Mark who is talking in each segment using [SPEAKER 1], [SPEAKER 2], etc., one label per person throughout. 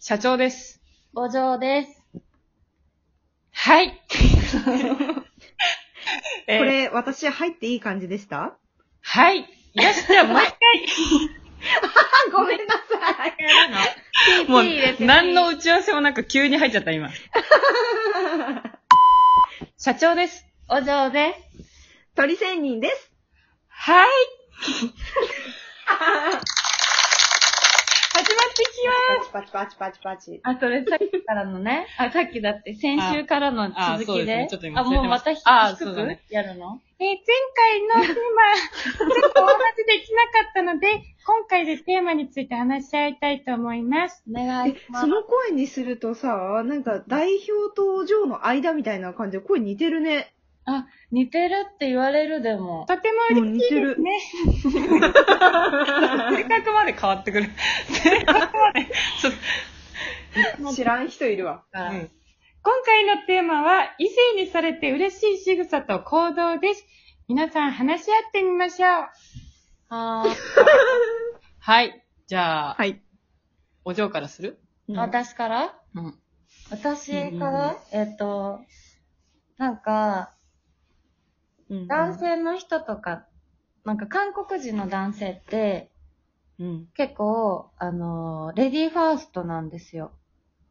[SPEAKER 1] 社長です。
[SPEAKER 2] 五条です。
[SPEAKER 1] はい。 えー
[SPEAKER 3] これ、私入っていい感じでした
[SPEAKER 1] はい。いらっしゃい、毎
[SPEAKER 3] あ、ごめんなさ
[SPEAKER 1] 回、
[SPEAKER 3] い。
[SPEAKER 1] もう、何の打ち合わせもなく急に入っちゃった、 今。社長です。
[SPEAKER 2] 五条で
[SPEAKER 3] 鳥仙人です。
[SPEAKER 1] はい。始まってき
[SPEAKER 3] パチパチパチパチパチ。
[SPEAKER 2] あ、それさっきからのね。 あ、さっきだって、先週からの
[SPEAKER 1] ああ
[SPEAKER 2] 続
[SPEAKER 1] そうです
[SPEAKER 2] き
[SPEAKER 1] ね
[SPEAKER 2] で
[SPEAKER 1] ちょっと。今
[SPEAKER 2] あ、
[SPEAKER 1] 忘れ
[SPEAKER 2] も
[SPEAKER 1] て
[SPEAKER 2] う
[SPEAKER 1] ま
[SPEAKER 2] ま
[SPEAKER 1] した
[SPEAKER 2] た
[SPEAKER 1] あ
[SPEAKER 2] 低
[SPEAKER 1] そうだね
[SPEAKER 2] くやるの
[SPEAKER 4] えー前回のテーマ、ちょっ とお話できなかったので、今回でテーマについて話し合いたいと思います。
[SPEAKER 2] お願いしま
[SPEAKER 3] そ
[SPEAKER 2] す。
[SPEAKER 3] の声にするとさ、なんか代表とお嬢の間みたいな感じで声似てるね。
[SPEAKER 2] あ、似てるって言われるでも。
[SPEAKER 4] とても
[SPEAKER 3] もう
[SPEAKER 4] 嬉
[SPEAKER 3] 似てる。
[SPEAKER 4] しい
[SPEAKER 1] ます。性格まで変わってくる。性格まで。ちょっと
[SPEAKER 3] 知らん人いるわ。
[SPEAKER 1] うん
[SPEAKER 4] 今回のテーマは、異性にされて嬉しい仕草と行動です。皆さん話し合ってみましょう。
[SPEAKER 2] あー
[SPEAKER 1] はい。じゃあ、
[SPEAKER 3] い。
[SPEAKER 1] お嬢からする
[SPEAKER 3] うん
[SPEAKER 2] 私から
[SPEAKER 1] うん。
[SPEAKER 2] 私からえっと、なんか、
[SPEAKER 3] うん
[SPEAKER 2] 男性の人とか、なんか韓国人の男性って、
[SPEAKER 3] うん。
[SPEAKER 2] 結構、あのーレディーファーストなんですよ。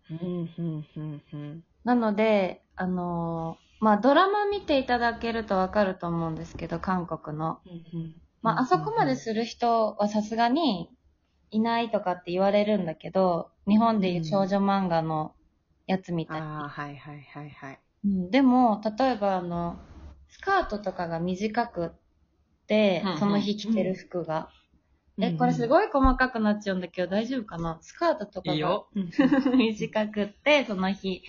[SPEAKER 3] うん、うん、うん、うん。
[SPEAKER 2] なので、あのーまあ、ドラマ見ていただけるとわかると思うんですけど、韓国の。まあ、あそこまでする人はさすがにいないとかって言われるんだけど、日本でいう少女漫画のやつみたい。
[SPEAKER 3] ああ、はいはいはいはい。
[SPEAKER 2] うん、でも、例えばあの、スカートとかが短くって、
[SPEAKER 1] うんうん
[SPEAKER 2] その日着てる服が。え、これす
[SPEAKER 3] い。
[SPEAKER 2] ごい細かくなっちゃうんだけど、大丈夫かなスカートとかが。
[SPEAKER 1] いいよ。
[SPEAKER 3] うん
[SPEAKER 2] 短くって、その日。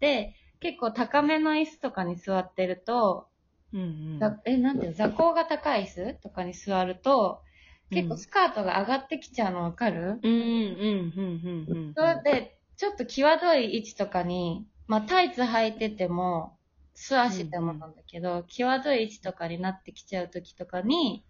[SPEAKER 2] で、結構高めの椅子とかに座ってると、
[SPEAKER 3] うん
[SPEAKER 2] ざえ、なんていうの座高が高い椅子とかに座ると、結構スカートが上がってきちゃうのわかる、
[SPEAKER 3] うん、うん、うん、うん、うん。
[SPEAKER 2] それで、ちょっと際どい位置とかに、まあタイツ履いてても、素足でもなんだけど、際どい位置とかになってきちゃう時とかに、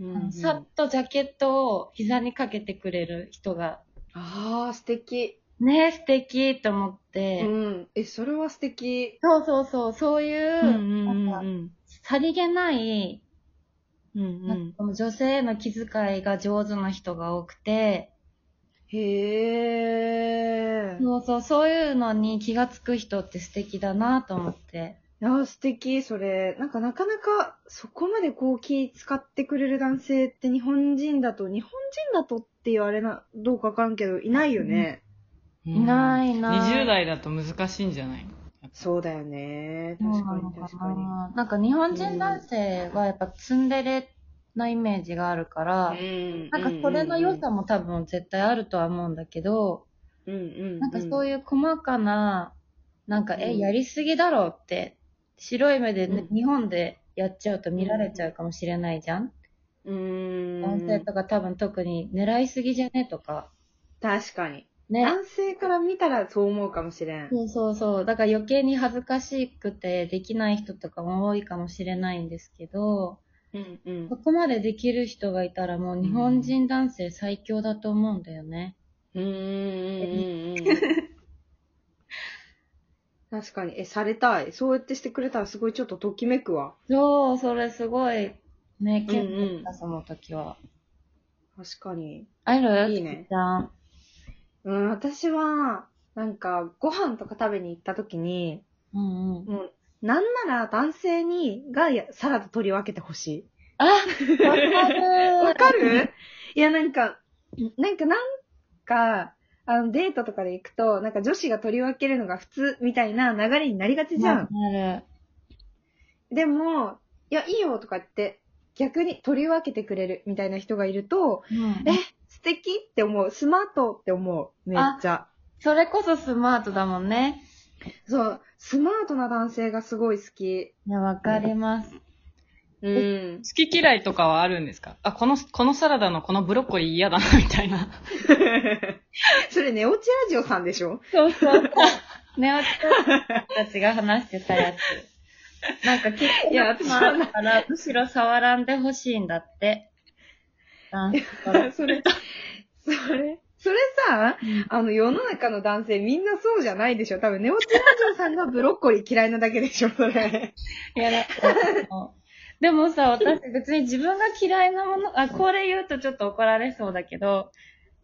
[SPEAKER 3] うんうん
[SPEAKER 2] さっとジャケットを膝にかけてくれる人が、
[SPEAKER 3] ああ、素敵。
[SPEAKER 2] ねえ、素敵と思って、
[SPEAKER 3] うん。え、それは素敵。
[SPEAKER 2] そうそうそう、そういう、なんか
[SPEAKER 3] ん。
[SPEAKER 2] さりげない、
[SPEAKER 3] うん
[SPEAKER 2] なんかこの女性への気遣いが上手な人が多くて、
[SPEAKER 3] へえ。
[SPEAKER 2] そうそう、そういうのに気がつく人って素敵だなと思って。
[SPEAKER 3] あ、素敵、それ。なんかなかなかそこまでこう気使ってくれる男性って日本人だと、日本人だとって言われな、どうかわからんけど、いないよね。
[SPEAKER 1] い。
[SPEAKER 2] いないいな
[SPEAKER 1] 20代だと難しいんじゃない
[SPEAKER 3] そうだよね。
[SPEAKER 2] そう
[SPEAKER 3] 確
[SPEAKER 2] な
[SPEAKER 3] か
[SPEAKER 2] の
[SPEAKER 3] に
[SPEAKER 2] か
[SPEAKER 3] 確かに。
[SPEAKER 2] な。なんか日本人男性はやっぱツンデレなイメージがあるから、なんかそれの良さも多分絶対あるとは思うんだけど、
[SPEAKER 3] うんうん、
[SPEAKER 2] なんかそう
[SPEAKER 3] いう
[SPEAKER 2] いう細かな、なんか、
[SPEAKER 3] う
[SPEAKER 2] え、
[SPEAKER 3] ん
[SPEAKER 2] やりすぎだろうって、白い目でね
[SPEAKER 3] うん
[SPEAKER 2] 日本でやっちゃうと見られちゃうかもしれないじゃん
[SPEAKER 3] うー
[SPEAKER 2] 男性
[SPEAKER 3] ん。
[SPEAKER 2] とか多分特に狙いすぎじゃねとか。
[SPEAKER 3] 確かに。
[SPEAKER 2] ね。
[SPEAKER 3] 男性から見たらそう思うかもしれん。
[SPEAKER 2] そうそうそう。だから余計に恥ずかしくてできない人とかも多いかもしれないんですけど、
[SPEAKER 3] うんうん
[SPEAKER 2] そ。こまでできる人がいたらもう日本人男性最強だと思うんだよね。
[SPEAKER 3] うーんうんうんうん。確かに。え、されたい。そうやってしてくれたらすごいちょっとときめくわ。
[SPEAKER 2] そう、それすごい、ね、
[SPEAKER 3] うんう
[SPEAKER 2] ケ
[SPEAKER 3] ん
[SPEAKER 2] ンだったその時は。
[SPEAKER 3] 確かに。
[SPEAKER 2] ある
[SPEAKER 3] いいね
[SPEAKER 2] じゃん。
[SPEAKER 3] うん、私は、なんか、ご飯とか食べに行った時に、
[SPEAKER 2] うんうん。
[SPEAKER 3] もう、なんなら男性に、が、やサラダ取り分けてほし
[SPEAKER 2] あわか
[SPEAKER 3] い。わ
[SPEAKER 2] る
[SPEAKER 3] かるいや、なんか、なんか、なんか、あの、デートとかで行くと、なんか女子が取り分けるのが普通みたいな流れになりがちじゃん。
[SPEAKER 2] わかる。
[SPEAKER 3] でも、いや、いいよとか言って、逆に取り分けてくれるみたいな人がいると、
[SPEAKER 2] うん
[SPEAKER 3] え、素敵って思う。スマートって思う。めっちゃ。
[SPEAKER 2] それこそスマートだもんね。
[SPEAKER 3] そう、スマートな男性がすごい好き。
[SPEAKER 2] いや、わかります。
[SPEAKER 3] うん。
[SPEAKER 1] 好き嫌いとかはあるんですかあ、この、このサラダのこのブロッコリー嫌だな、みたいな。
[SPEAKER 3] それネオチラジオさんでしょ
[SPEAKER 2] そうそう。ね、私たちが話してたやつ。なんか結構、
[SPEAKER 3] いや私は
[SPEAKER 2] まあだから、むしろ触らんでほ しいんだって。男子から。
[SPEAKER 3] それ、それ、それさ、あの、世の中の男性みんなそうじゃないでしょ。多分、ネオチラジオさんがブロッコリー嫌いなだけでしょ、それ。
[SPEAKER 2] いや、だってあのでもさ、私別に自分が嫌いなもの、あ、これ言うとちょっと怒られそうだけど、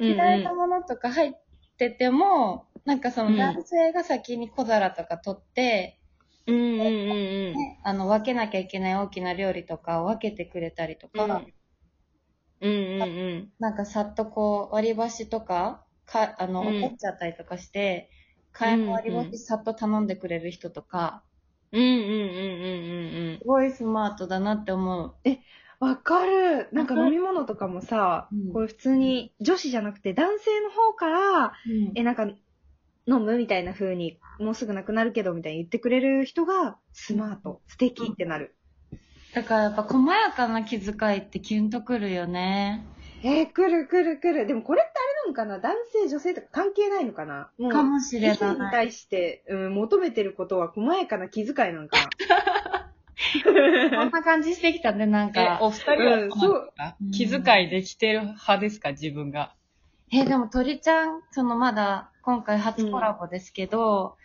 [SPEAKER 2] 嫌いなものとか入ってても、なんかその男性が先に小皿とか取って、
[SPEAKER 3] うんうんうん
[SPEAKER 2] ねあの、分けなきゃいけない大きな料理とかを分けてくれたりとか、
[SPEAKER 3] うんうん。うんうんうん。
[SPEAKER 2] なんかさっとこう、割り箸とか、か、あの、
[SPEAKER 3] うん
[SPEAKER 2] 怒っちゃったりとかして、買いの割り
[SPEAKER 3] うんう
[SPEAKER 2] 箸さっと頼んでくれる人とか、
[SPEAKER 3] うんうんうんうんうんうん。
[SPEAKER 2] すごいスマートだなって思う。
[SPEAKER 3] わかる。なんか飲み物とかもさ、
[SPEAKER 2] うん
[SPEAKER 3] これ普通に女子じゃなくて男性の方から、え、なんか飲むみたいな風に、もうすぐなくなるけどみたいに言ってくれる人がスマート、素敵ってなる。
[SPEAKER 2] だからやっぱ細やかな気遣いってキュンとくるよね。
[SPEAKER 3] えー、くるくるくる。でもこれってあれなのかな男性、女性とか関係ないのかなもう
[SPEAKER 2] かもしれ
[SPEAKER 3] 意見に
[SPEAKER 2] ない。
[SPEAKER 3] 対して、うん、求めてることは細やかな気遣いなんか
[SPEAKER 2] こんな感じしてきたね、なん
[SPEAKER 1] え、
[SPEAKER 2] か。
[SPEAKER 1] お二人はどうなんですか、
[SPEAKER 2] うんそう
[SPEAKER 1] 気遣いできてる派ですか自分が。
[SPEAKER 2] え、でも鳥ちゃん、そのまだ今回初コラボですけど、
[SPEAKER 3] な。う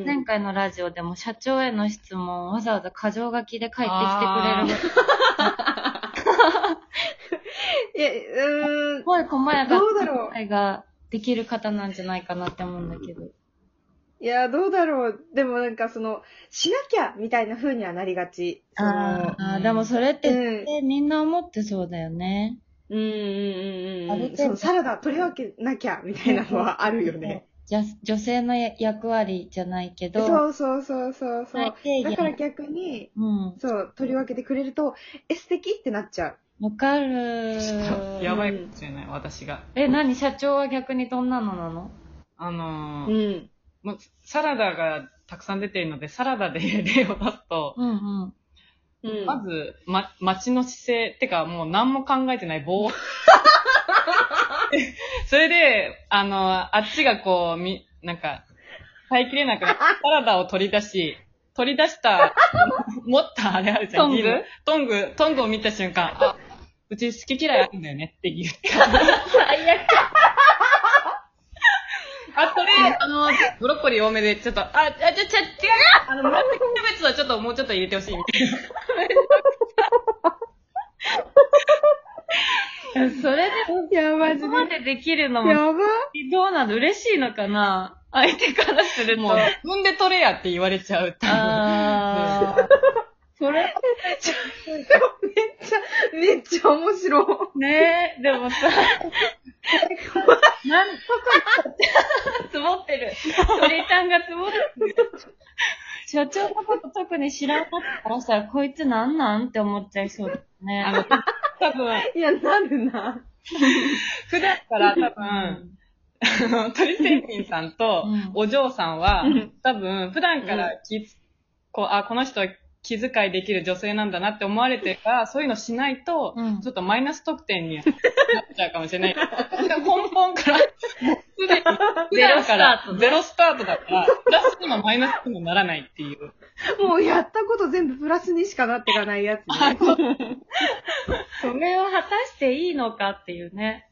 [SPEAKER 3] ん
[SPEAKER 2] 前回のラジオでも社長への質問をわざわざ過剰書きで書いてきてくれる。
[SPEAKER 3] いや、うーん
[SPEAKER 2] す。ごい細やか
[SPEAKER 3] どうだろう
[SPEAKER 2] な気遣いができる方なんじゃないかなって思うんだけど。
[SPEAKER 3] いや、どうだろう。でもなんかその、しなきゃみたいな風にはなりがち。その
[SPEAKER 2] あーあー、でもそれって、
[SPEAKER 3] うん
[SPEAKER 2] えみんな思ってそうだよね。
[SPEAKER 3] うんうんうん
[SPEAKER 2] あ
[SPEAKER 3] う
[SPEAKER 2] る程
[SPEAKER 3] んうん。
[SPEAKER 2] 度
[SPEAKER 3] そのサラダ取り分けなきゃみたいなのはあるよね。
[SPEAKER 2] じゃ女性の役割じゃないけど。
[SPEAKER 3] そうそうそうそうそ
[SPEAKER 2] 最
[SPEAKER 3] う。
[SPEAKER 2] 低限
[SPEAKER 3] だから逆に、
[SPEAKER 2] うん。
[SPEAKER 3] そう、取り分けてくれると、え、素敵ってなっちゃう。
[SPEAKER 2] わかる
[SPEAKER 3] ょっと
[SPEAKER 1] やばいかもしれない、私が。
[SPEAKER 2] え、何社長は逆にどんなのなの
[SPEAKER 1] あのー
[SPEAKER 3] うん。
[SPEAKER 1] もうサラダがたくさん出ているので、サラダで 例を出すと、
[SPEAKER 2] うんうん。
[SPEAKER 3] うん
[SPEAKER 1] まず、ま、街の姿勢、てかもう何も考えてない 棒。それで、あの、あっちがこう、み、なんか、耐えきれなくなって、サラダを取り出し、取り出 した、持ったあれあるじゃん。
[SPEAKER 2] トング
[SPEAKER 1] ギルトング、トングを見た瞬間、あ、うち好き嫌いあるんだよねって言った。
[SPEAKER 2] 最悪。
[SPEAKER 1] あ、これ、あの、ブロッコリー多めで、ちょっと、あ、あ、ちょ、ちょ、違うあの、紫キャベツはちょっと、もうちょっと入れてほしいみたいな。
[SPEAKER 2] それで、
[SPEAKER 3] いや、マジ
[SPEAKER 2] そこまでできるの
[SPEAKER 3] で。
[SPEAKER 2] も、
[SPEAKER 3] やば。
[SPEAKER 2] どうなの嬉しいのかな相手からすると。
[SPEAKER 1] もう、自分で取れやって言われちゃうっていう。
[SPEAKER 2] あー。それ、
[SPEAKER 3] めっちゃ面白い。
[SPEAKER 2] ねえ、でもさ、なん、積もってる。鳥ちゃんが積もってる。社長のこと特に知らなかったらさ、こいつなんなんって思っちゃいそうだよね。
[SPEAKER 1] あの、多分、
[SPEAKER 3] いや、なるな。
[SPEAKER 1] 普段から多分、あの鳥仙人さんと
[SPEAKER 2] うん
[SPEAKER 1] お嬢さんは
[SPEAKER 3] うん、
[SPEAKER 1] 多分、普段から気つ、こう、あ、この人は気遣いできる女性なんだなって思われてるから、そういうのしないと、
[SPEAKER 2] うん
[SPEAKER 1] ちょっとマイナス得点になっちゃうかもしれない。根本から、もうすでに、普段からゼロスタートだから、プラスにもマイナスにもならないっていう。
[SPEAKER 3] もうやったこと全部プラスにしかなってかないやつね。
[SPEAKER 2] それを果たしていいのかっていうね。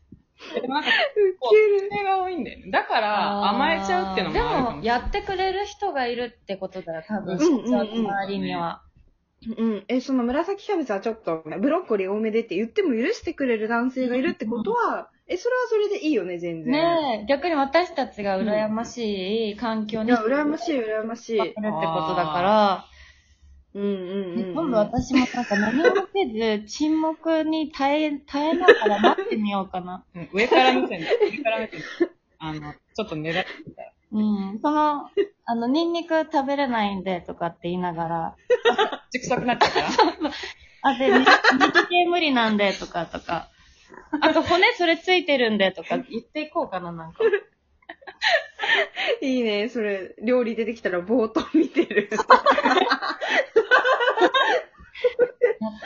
[SPEAKER 1] でもなんか、
[SPEAKER 3] ウ
[SPEAKER 1] こ
[SPEAKER 3] ケ
[SPEAKER 1] う、
[SPEAKER 3] る。
[SPEAKER 1] それが多いんだよね。だから、甘えちゃうっていうのもあるか
[SPEAKER 2] で
[SPEAKER 1] も
[SPEAKER 2] も、
[SPEAKER 1] しれない。
[SPEAKER 2] やってくれる人がいるってことだよ、多分。
[SPEAKER 1] うん
[SPEAKER 3] うんうん
[SPEAKER 2] 社長の周りには。
[SPEAKER 3] うん。え、その紫キャベツはちょっと、ブロッコリー多めでって言っても許してくれる男性がいるってことは、え、それはそれでいいよね、全然。
[SPEAKER 2] ねえ、逆に私たちが羨ましい環境
[SPEAKER 3] い
[SPEAKER 2] に
[SPEAKER 3] や、羨ましい、羨ましい。
[SPEAKER 2] ってことだから、
[SPEAKER 3] うんうんうんうん。
[SPEAKER 2] 今度私もなんか何もせず、沈黙に耐え、耐えながら待ってみよう かな。
[SPEAKER 1] うん上から目線で、上から目線で。あの、ちょっと狙ってみたら。
[SPEAKER 2] うん。その、あの、ニンニク食べれないんでとかって言いながら、
[SPEAKER 1] 口臭くなっちゃうから。
[SPEAKER 2] あ、 で、肉肉系無理なんでとかとか、あと骨それついてるんでとか言っていこうかな、なんか。
[SPEAKER 3] いいね、それ、料理出てきたらぼーっと見 てる。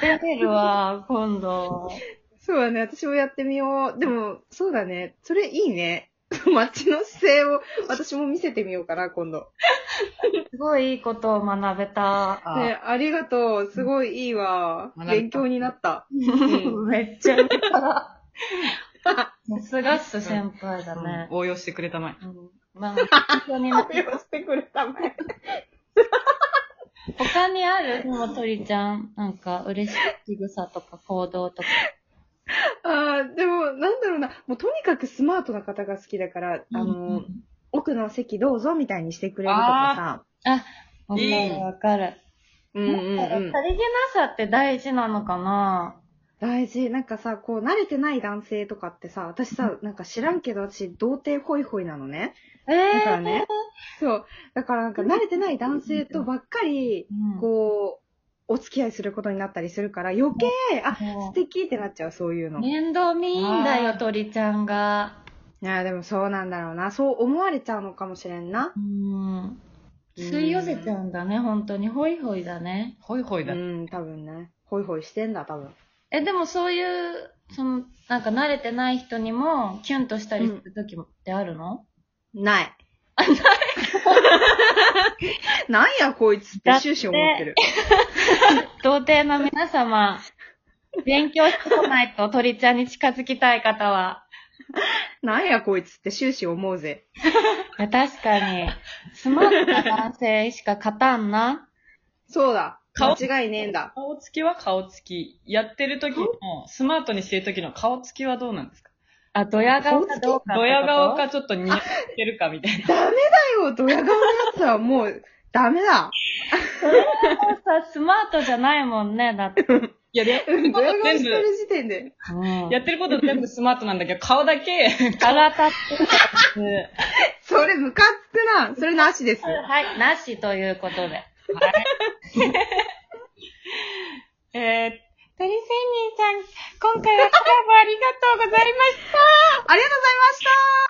[SPEAKER 2] やってみる わ、今度。
[SPEAKER 3] そうだね、私もやってみよう。でも、そうだね、それいいね。 街の姿勢を、私も見せてみようかな、今度。
[SPEAKER 2] すごいいいことを学べ た。
[SPEAKER 3] ね、ありがとう。すごいいいわ。
[SPEAKER 1] 学べた
[SPEAKER 3] 勉強になった。うん
[SPEAKER 2] めっちゃいいから。すがす先輩だね。
[SPEAKER 1] 応用してくれたまえ。
[SPEAKER 2] うんまあ、他にな
[SPEAKER 3] してくれたまえ。
[SPEAKER 2] 他にあるでも鳥ちゃん、なんか嬉しい仕草とか行動とか。
[SPEAKER 3] ああ、でも、なんだろうな。もうとにかくスマートな方が好きだから、あ
[SPEAKER 2] う
[SPEAKER 3] の
[SPEAKER 2] ん、
[SPEAKER 3] 奥の席どうぞみたいにしてくれるとか
[SPEAKER 2] わか
[SPEAKER 1] いい
[SPEAKER 2] るわかる。
[SPEAKER 3] さ。うんうん
[SPEAKER 2] さ
[SPEAKER 3] うん。
[SPEAKER 2] りげなさって大事なのかな
[SPEAKER 3] 大事。なんかさ、こう、慣れてない男性とかってさ、私さ、なんか知らんけど、私、童貞ホイホイなのね。
[SPEAKER 2] え
[SPEAKER 3] だから
[SPEAKER 2] え
[SPEAKER 3] ね。そう。だからなんか慣れてない男性とばっかり、
[SPEAKER 2] うん
[SPEAKER 3] こう、お付き合いすることになったりするから、余計、あ、
[SPEAKER 2] も
[SPEAKER 3] 素敵ってなっちゃう、そういう
[SPEAKER 2] う
[SPEAKER 3] の。
[SPEAKER 2] 面倒見いいんだ
[SPEAKER 1] あ
[SPEAKER 2] よ、
[SPEAKER 1] ー
[SPEAKER 2] 鳥ちゃんが。
[SPEAKER 3] いや、でもそうなんだろうな。そう思われちゃうのかもしれんな。
[SPEAKER 2] うん。吸い寄せちゃうんだね、本当に。ホイホイだね。
[SPEAKER 1] ほいほいうだ。
[SPEAKER 3] ん、多分ね。ホイホイしてんだ、多分。
[SPEAKER 2] え、でもそういう、その、なんか慣れてない人にも、キュンとしたりする時もってあるの、
[SPEAKER 3] ない。ない。なんや、こいつって終始思ってる。
[SPEAKER 2] 童貞の皆様、勉強してこないと鳥ちゃんに近づきたい方は。
[SPEAKER 3] なんや、こいつって終始思うぜ。
[SPEAKER 2] いや、確かに、スマートな男性しか勝たんな。
[SPEAKER 3] そうだ。
[SPEAKER 1] 顔
[SPEAKER 3] 間違いねえんだ。
[SPEAKER 1] 顔つきは顔つき。やってる時の、スマートにしてる時の顔つきはどうなんですか
[SPEAKER 2] あ、ドヤ顔かどうかってこと。
[SPEAKER 1] ドヤ顔かちょっと似合ってるかみたいな。
[SPEAKER 3] ダメだよ、ドヤ顔のやつはもう、ダメだ。
[SPEAKER 2] さ、スマートじゃないもんね、だって。
[SPEAKER 1] いや、やってる
[SPEAKER 3] ド
[SPEAKER 1] こと
[SPEAKER 3] ヤ顔
[SPEAKER 1] 全
[SPEAKER 3] して
[SPEAKER 1] 部、
[SPEAKER 3] る時点で。
[SPEAKER 1] やってること全部スマートなんだけど、顔だけ、
[SPEAKER 2] 腹立ってる。
[SPEAKER 3] それ、ムカつくな。それなしです。
[SPEAKER 2] はい、なしということ で。
[SPEAKER 1] えー、
[SPEAKER 4] 鳥仙人さん、今回はコラボありがとうございました。
[SPEAKER 3] ありがとうございました